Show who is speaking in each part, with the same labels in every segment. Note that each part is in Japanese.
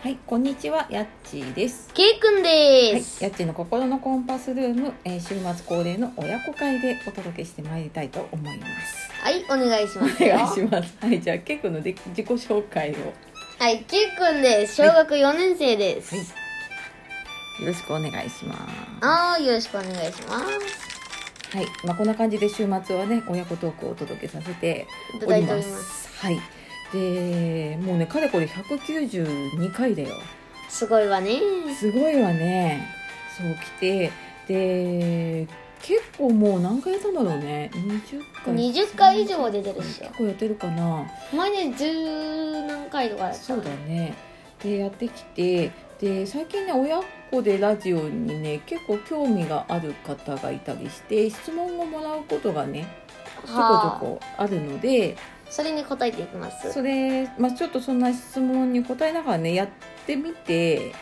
Speaker 1: はい、こんにちは、やっちーです。
Speaker 2: ケイくん
Speaker 1: はい、や
Speaker 2: で
Speaker 1: っ
Speaker 2: す、
Speaker 1: ちーの心のコンパスルーム、えー週末恒例の親子会でお届けしてまいりたいと思います。
Speaker 2: はい、お願いします
Speaker 1: お
Speaker 2: よ
Speaker 1: 願いします。はい、じゃあ、けいくんので自己紹介をよ
Speaker 2: はい、ケイくんです小学4年生です、
Speaker 1: はいろしくお願いします。
Speaker 2: あーよろしくお願いします
Speaker 1: はい、まあ、こんな感じで週末はね、親子トークをお届けさせて
Speaker 2: いた
Speaker 1: お
Speaker 2: だ
Speaker 1: り
Speaker 2: いてお
Speaker 1: ま
Speaker 2: り
Speaker 1: す。
Speaker 2: ます
Speaker 1: はい、で、もうね、かれこれ192回だよ。
Speaker 2: すごいわね
Speaker 1: すごいわねそう来てで結構もう何回やったんだろうね20回
Speaker 2: 20回以上出てるっし
Speaker 1: 結構やってるかな
Speaker 2: ょ前ね10何回とかやった
Speaker 1: そうだねでやってきてで最近ね親子でラジオにね結構興味がある方がいたりして質問をもらうことがねちょこちょ
Speaker 2: は
Speaker 1: こあるので
Speaker 2: あ、それに答えていきます
Speaker 1: それ、まあ、ちょっとそんな質問に答えながらねやってみて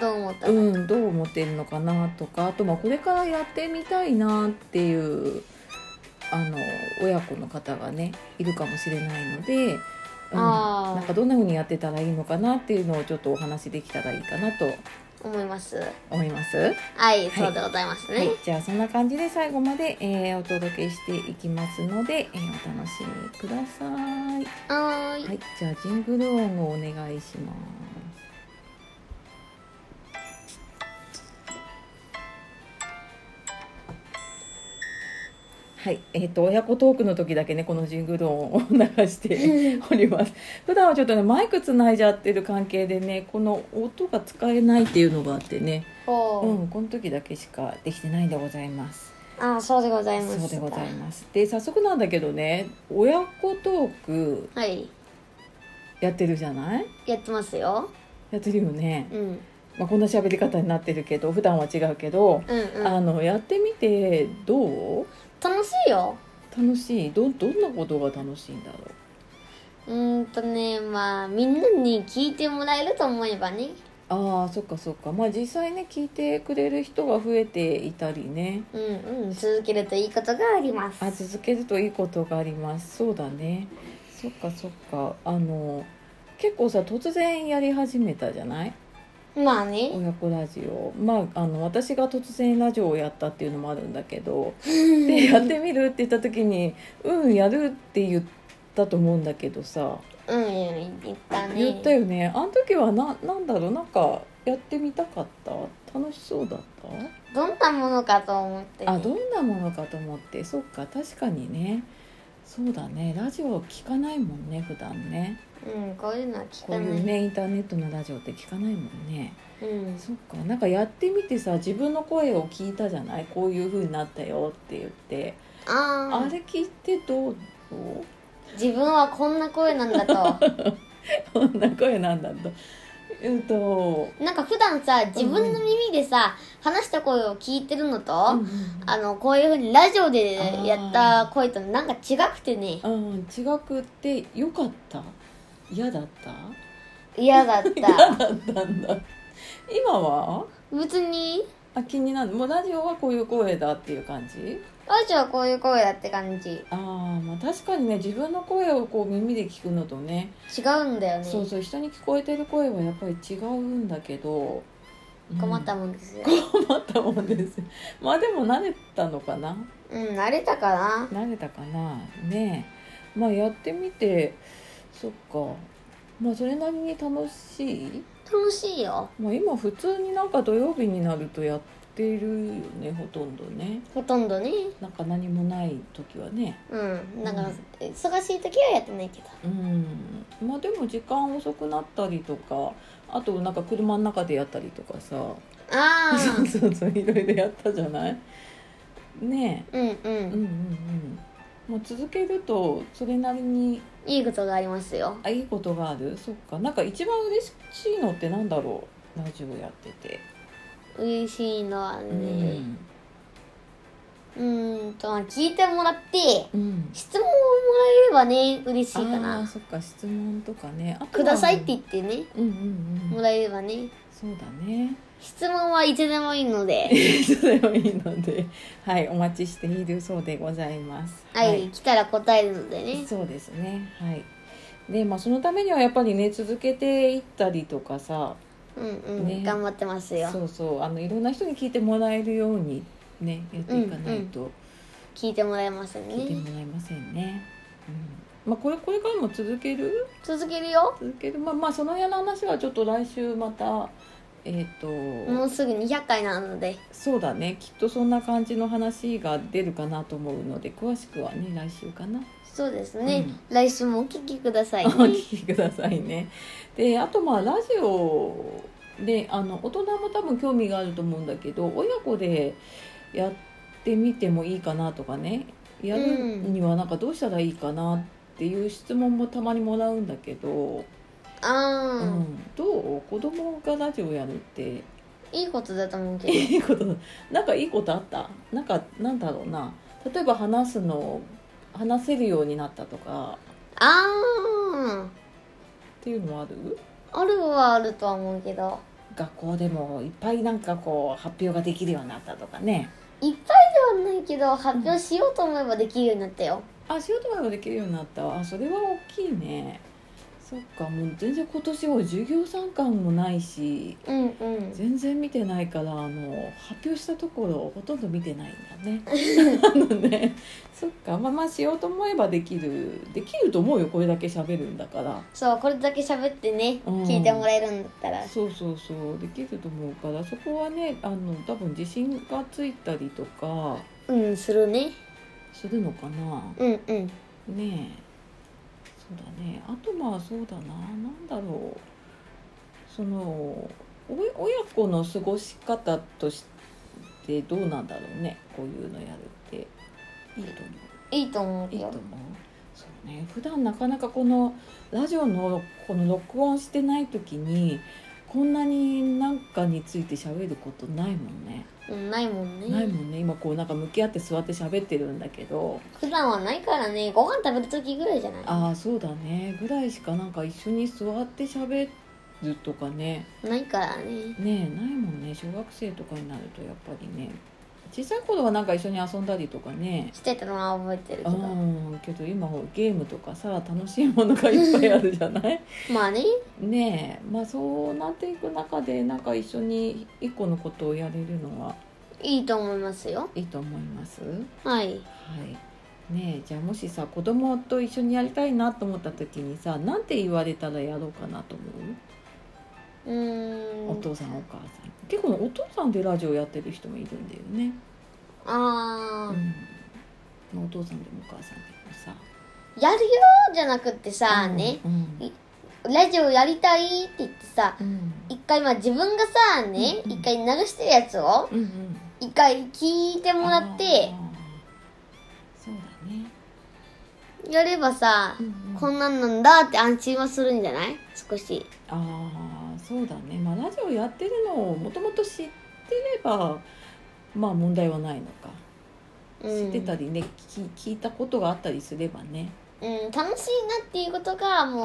Speaker 2: どう思った、
Speaker 1: うん、どう思ってるのかなとかあとまあこれからやってみたいなっていうあの親子の方がねいるかもしれないので、うん、
Speaker 2: あー
Speaker 1: なんかどんな風にやってたらいいのかなっていうのをちょっとお話できたらいいかなと
Speaker 2: 思います
Speaker 1: 思います。は
Speaker 2: はい、そうでございますね、
Speaker 1: い、じゃあそんな感じで最後まで、えーお届けしていきますので、えーお楽しみください。
Speaker 2: はーい
Speaker 1: はい、じゃあジングル音をお願いします。はい、えっ、と親子トークの時だけねこのジングル音を 流 しております。普段はちょっとねマイクつないじゃってる関係でねこの音が使えないっていうのがあってね、
Speaker 2: ほう、
Speaker 1: うんこの時だけしかできてないんでございます。
Speaker 2: あーそうでございます
Speaker 1: そうでございます。で早速なんだけどね親子トーク
Speaker 2: はい
Speaker 1: やってるじゃない？
Speaker 2: やってますよ
Speaker 1: やってるよね、
Speaker 2: うんうん
Speaker 1: まあ、こんな喋り方になってるけど普段は違うけど、
Speaker 2: うん
Speaker 1: あのやってみてどう
Speaker 2: 楽しいよ
Speaker 1: 楽しいどどんなことが楽しいんだろう
Speaker 2: うーんとねまあみんなに聞いてもらえると思えばね
Speaker 1: あーそっかそっかまあ実際ね聞いてくれる人が増えていたりね
Speaker 2: うんうん続けるといいことがあります
Speaker 1: あ続けるといいことがありますそうだねそっかそっかあの結構さ突然やり始めたじゃない
Speaker 2: まあね
Speaker 1: 親子ラジオまああの私が突然ラジオをやったっていうのもあるんだけどでやってみるって言った時に「うんやる」って言ったと思うんだけどさ
Speaker 2: うんうん言ったね
Speaker 1: 言ったよねあの時はななんだろうなんかやってみたかった楽しそうだっ
Speaker 2: どんなものかと思って、ね、
Speaker 1: たあどんなものかと思ってそっか確かにねそうだねラジオ聞かないもんね普段ね
Speaker 2: うんこういうのは聞
Speaker 1: こ
Speaker 2: か
Speaker 1: う
Speaker 2: ない
Speaker 1: いうねインターネットのラジオって聞かないもんね
Speaker 2: うん
Speaker 1: そっかなんかやってみてさ自分の声を聞いたじゃないこういう風になったよって言って、
Speaker 2: あー
Speaker 1: あれ聞いてどう どう
Speaker 2: 自分はこんな声なんだと
Speaker 1: こんな声なんだと。えっと、
Speaker 2: なんか普段さ自分の耳でさ、話した声を聞いてるのと、あのこういうふうにラジオでやった声となんか違くてね
Speaker 1: うん、違くって良かった嫌だった
Speaker 2: 嫌だっ
Speaker 1: 嫌
Speaker 2: た
Speaker 1: だったんだ。今は
Speaker 2: 別に
Speaker 1: あ気になる。もうラジオはこういう声だっていう感じ
Speaker 2: ラジオはこういう声だって感じ違
Speaker 1: ああ、まあ確かにね、自分の声をこう耳で聞くのとね、
Speaker 2: うんだよね
Speaker 1: そうそう、人に聞こえてる声はやっぱり違うんだけど、うん
Speaker 2: 困ったもんですよ
Speaker 1: 困ったもんです。 まあでも慣れたのかな
Speaker 2: うん慣れたかな
Speaker 1: 慣れたかなねえまあやってみてそっかまあそれなりに楽しい、
Speaker 2: 楽しいよ
Speaker 1: まあ、今普通になんか土曜日になるとやってるよねほとんどね
Speaker 2: ほとんどね
Speaker 1: なんか何もない時はね
Speaker 2: うんなん
Speaker 1: う
Speaker 2: か
Speaker 1: ん
Speaker 2: 忙しい時はやってないけど
Speaker 1: うんまあでも時間遅くなったりとかあとなんか車の中でやったりとかさ、
Speaker 2: あ
Speaker 1: そ
Speaker 2: あ
Speaker 1: うそうそういろいろやったじゃないね
Speaker 2: うんう
Speaker 1: えうんう
Speaker 2: ん
Speaker 1: んうんもう続けるとそれなりに
Speaker 2: いいことがありますよ
Speaker 1: あいいことがあるそっかなんか一番嬉しいのってなんだろうラジオやってて、
Speaker 2: 嬉しいのは
Speaker 1: う
Speaker 2: ね
Speaker 1: ん
Speaker 2: うーんとまあ聞いてもらって
Speaker 1: うん、
Speaker 2: 質問をもらえればね嬉しいか
Speaker 1: あー
Speaker 2: な
Speaker 1: そっか質問とかねあとは
Speaker 2: くださいって言ってね
Speaker 1: うんうんう
Speaker 2: も
Speaker 1: ん
Speaker 2: らえればね
Speaker 1: そうだね
Speaker 2: 質問はいつでもいいので
Speaker 1: それはいいのではいお待ちしているそうでございます
Speaker 2: はい、来たら答えるのでね
Speaker 1: そうですねはいで、まあ、そのためにはやっぱりね続けていったりとかさ
Speaker 2: うんうん、
Speaker 1: ね
Speaker 2: 頑張ってますよ
Speaker 1: そうそうあのいろんな人に聞いてもらえるようにねやっていかないと
Speaker 2: 聞いてもらえます
Speaker 1: 聞いて
Speaker 2: ね
Speaker 1: もらえませんね。うんまあ、これこれからも続ける
Speaker 2: 続けるよ
Speaker 1: 続けるまあまあその辺の話はちょっと来週またえっ、と、
Speaker 2: もうすぐ200回なので
Speaker 1: そうだねきっとそんな感じの話が出るかなと思うので詳しくはね来週かな。
Speaker 2: そうですね、
Speaker 1: う
Speaker 2: 来週もお聞きください、
Speaker 1: お
Speaker 2: ね、
Speaker 1: 聞きくださいね。であとまあラジオであの大人も多分興味があると思うんだけど親子でやってみてもいいかなとかねやるにはなんかどうしたらいいかなっていう質問もたまにもらうんだけど、う
Speaker 2: あ
Speaker 1: ん
Speaker 2: ー、
Speaker 1: どう子供がラジオやるって
Speaker 2: いいことだと思うけど
Speaker 1: いいことなんかいいことあったなんかなんだろうな例えば話すの話せるようになったとか
Speaker 2: あー
Speaker 1: っていうのはある
Speaker 2: あるはあるとは思うけど
Speaker 1: 学校でもいっぱいなんかこう発表ができるようになったとかね
Speaker 2: いっぱいではないけど発表しようと思えばできるようになったよ
Speaker 1: あ仕事ができるようになったあそれは大きいねそっかもう全然今年は授業参観もないし
Speaker 2: うんうん
Speaker 1: 全然見てないからあの発表したところをほとんど見てないんだ ねあのねそっかまあまあしようと思えばできるできると思うよこれだけ喋るんだから
Speaker 2: そうこれだけ喋ってね、
Speaker 1: うん
Speaker 2: 聞いてもらえるんだったら
Speaker 1: そうそうそうできると思うからそこはねあの多分自信がついたりとか
Speaker 2: うんするね
Speaker 1: するのかな
Speaker 2: うんうん
Speaker 1: ねえそうだねあとまあそうだななんだろうそのお親子の過ごし方としてどうなんだろうねこういうのやるっていいと思
Speaker 2: いいと
Speaker 1: う
Speaker 2: 思う
Speaker 1: いいと
Speaker 2: よ
Speaker 1: 思うそうね普段なかなかこのラジオのこの録音してない時にこんなに何かについて喋ることないもんね、
Speaker 2: うんないもんね
Speaker 1: ないもんね今こうなんか向き合って座って喋ってるんだけど
Speaker 2: 普段はないからねご飯食べる時ぐらいじゃない
Speaker 1: ああそうだねぐらいしかなんか一緒に座って喋るとかね
Speaker 2: ないからね
Speaker 1: ねえないもんね小学生とかになるとやっぱりね小さい頃はなんか一緒に遊んだりとかね
Speaker 2: してたのは覚えてるけ
Speaker 1: う
Speaker 2: ど
Speaker 1: んけど今ほらゲームとかさ楽しいものがいっぱいあるじゃない
Speaker 2: まあね
Speaker 1: ねえまあそうなっていく中でなんか一緒に一個のことをやれるのはい
Speaker 2: いと思いますよ
Speaker 1: いいと思います
Speaker 2: は
Speaker 1: は
Speaker 2: い
Speaker 1: いねえじゃあもしさ子供と一緒にやりたいなと思った時にさなんて言われたらやろうかなと思う
Speaker 2: うー
Speaker 1: お
Speaker 2: ん
Speaker 1: 父さんお母さん結構お父さんでラジオやってる人もいるんだよね、
Speaker 2: あー、
Speaker 1: うん、お父さんでもお母さんでもさ
Speaker 2: やるよーじゃなくってさ、ね
Speaker 1: うん
Speaker 2: ラジオやりたいって言ってさ
Speaker 1: うん
Speaker 2: 一回まあ自分がさね
Speaker 1: うんうん
Speaker 2: 一回流してるやつを
Speaker 1: うんうん
Speaker 2: 一回聞いてもらっ
Speaker 1: あ
Speaker 2: て
Speaker 1: ーそうだね、
Speaker 2: やればさ
Speaker 1: うんうん
Speaker 2: こんなんなんだって安心はするんじゃない少し
Speaker 1: ああそうだねまあラジオやってるのをもともと知ってればまあ問題はないのか
Speaker 2: うん
Speaker 1: 知ってたりね、聞聞いたことがあったりすればね
Speaker 2: うん楽しいなっていうことがもう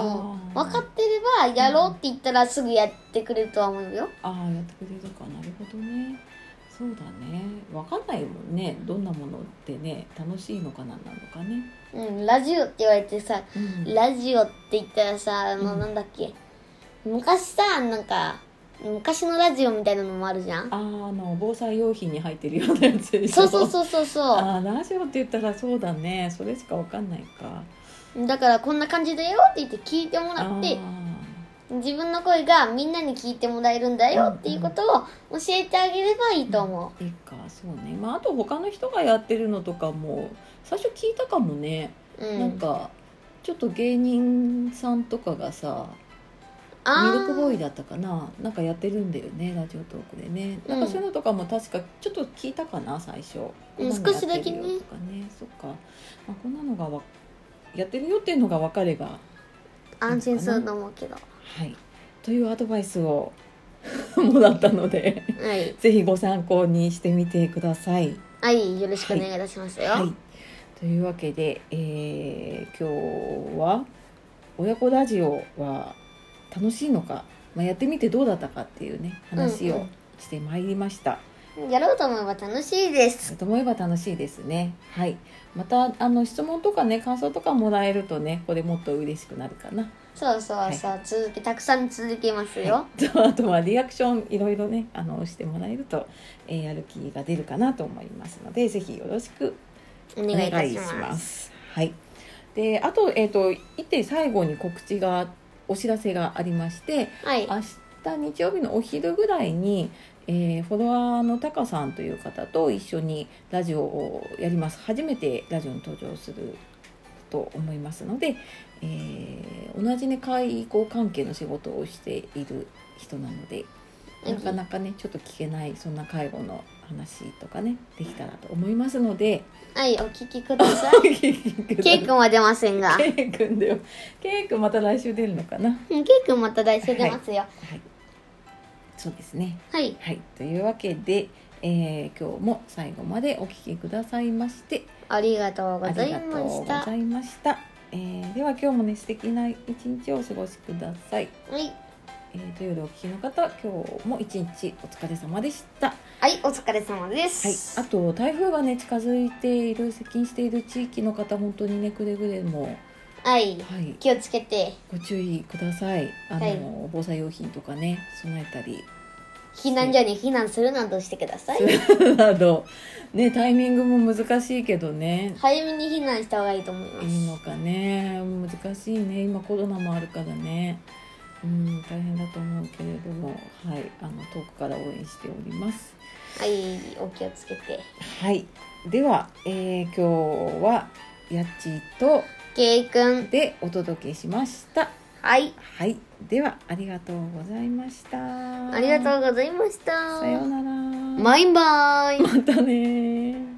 Speaker 1: あー
Speaker 2: 分かってればやろうって言ったらすぐやってくれるとは思うよ
Speaker 1: ああやってくれるかなるほどねそうだねわかんないもんねどんなものってね楽しいのかなんなのかね、
Speaker 2: うんラジオって言われてさ
Speaker 1: うん
Speaker 2: ラジオって言ったらさあの
Speaker 1: うん
Speaker 2: なんだっけ昔さなんか昔のラジオみたいなのもあるじゃん
Speaker 1: あーあの防災用品に入ってるようなやつでし
Speaker 2: そ
Speaker 1: ょ
Speaker 2: うそうそうそうそ
Speaker 1: ああラジオって言ったらそうだねそれしかわかんないか
Speaker 2: うだからこんな感じだよって言って聞いてもらって
Speaker 1: あ
Speaker 2: 自分の声がみんなに聞いてもらえるんだよっていうことを教えてあげればいいと思
Speaker 1: ーいいかそうねまああと他の人がやってるのとかも最初聞いたかもね、
Speaker 2: う、うん、
Speaker 1: なんかちょっと芸人さんとかがさミ
Speaker 2: あ
Speaker 1: ルクボー
Speaker 2: イ
Speaker 1: イだったかななんかやってるんだよねラジオトークでねなん
Speaker 2: う
Speaker 1: か
Speaker 2: ん
Speaker 1: そういうのとかも確かちょっと聞いたかな最初、
Speaker 2: うん
Speaker 1: こなの
Speaker 2: 少しだけね
Speaker 1: やってるよとかねそっか、まあ、こんなのがわやってるよっていうのが分かれば
Speaker 2: 安心すると思うけど
Speaker 1: はいというアドバイスを もらったので
Speaker 2: はい
Speaker 1: ぜひご参考にしてみてください。
Speaker 2: はいよろしくお願いいたしますよ、
Speaker 1: はい、というわけで、えー今日は「親子ラジオ」は楽しいのか、まあ、やってみてどうだったかっていうね話
Speaker 2: うんう
Speaker 1: を
Speaker 2: ん
Speaker 1: してまいりました。
Speaker 2: やろうと思えば楽しいです。
Speaker 1: と思えば楽しいですね。はい。またあの質問とかね感想とかもらえるとねこれもっと嬉しくなるかな。
Speaker 2: そうそうそう、続けたくさん続けますよ。
Speaker 1: と あとはリアクションいろいろねあのしてもらえると、えーやる気が出るかなと思いますのでぜひよろしく
Speaker 2: お願いいたします。
Speaker 1: す。はい。であとえっ、と一点最後に告知がお知らせがありまして、
Speaker 2: はい。
Speaker 1: 明日日曜日のお昼ぐらいに、えーフォロワーのタカさんという方と一緒にラジオをやります初めてラジオに登場すると思いますので、えー同じね介護関係の仕事をしている人なのでなかなかねちょっと聞けないそんな介護の話とかねできたらと思いますので
Speaker 2: はい、お聞きくださ い。ケイ
Speaker 1: ケ
Speaker 2: 君は出ませんが。うん
Speaker 1: イ君だよケイ君また来週出るのかな
Speaker 2: ケイ君また来週出ますよ。
Speaker 1: はいそうですね
Speaker 2: はい。
Speaker 1: はい、というわけで、えー今日も最後までお聞きくださいまして
Speaker 2: ありがとうご
Speaker 1: あ
Speaker 2: ざ
Speaker 1: り
Speaker 2: い
Speaker 1: が
Speaker 2: ま
Speaker 1: とうご
Speaker 2: した。は
Speaker 1: ざいました。えーでは今日もね素敵な一日をお過ごしください。
Speaker 2: い。
Speaker 1: えー、というお聞きの方、今日も一日お疲れ様でした。は
Speaker 2: はい、お疲れ様で
Speaker 1: い、
Speaker 2: す。
Speaker 1: あと台風がね近づいている接近している地域の方、本当にねくれぐれも
Speaker 2: はい。
Speaker 1: はい
Speaker 2: 気をつけて、
Speaker 1: ご注意ください。あの、
Speaker 2: はい
Speaker 1: 防災用品とかね備えたり。
Speaker 2: 避難所に避難するなどしてください。
Speaker 1: などねタイミングも難しいけどね
Speaker 2: 早めに避難した方がいいと思います。
Speaker 1: いいのかね難しいね今コロナもあるからねうん大変だと思うけれどもはいあの遠くから応援しております
Speaker 2: はい、お気をつけて。
Speaker 1: はいでは、えー今日はやっちーと
Speaker 2: ケイ君。
Speaker 1: でお届けしました
Speaker 2: はい。
Speaker 1: はいではありがとうございました
Speaker 2: ありが
Speaker 1: う
Speaker 2: とうございました。
Speaker 1: さようなら
Speaker 2: バイバイ。
Speaker 1: またね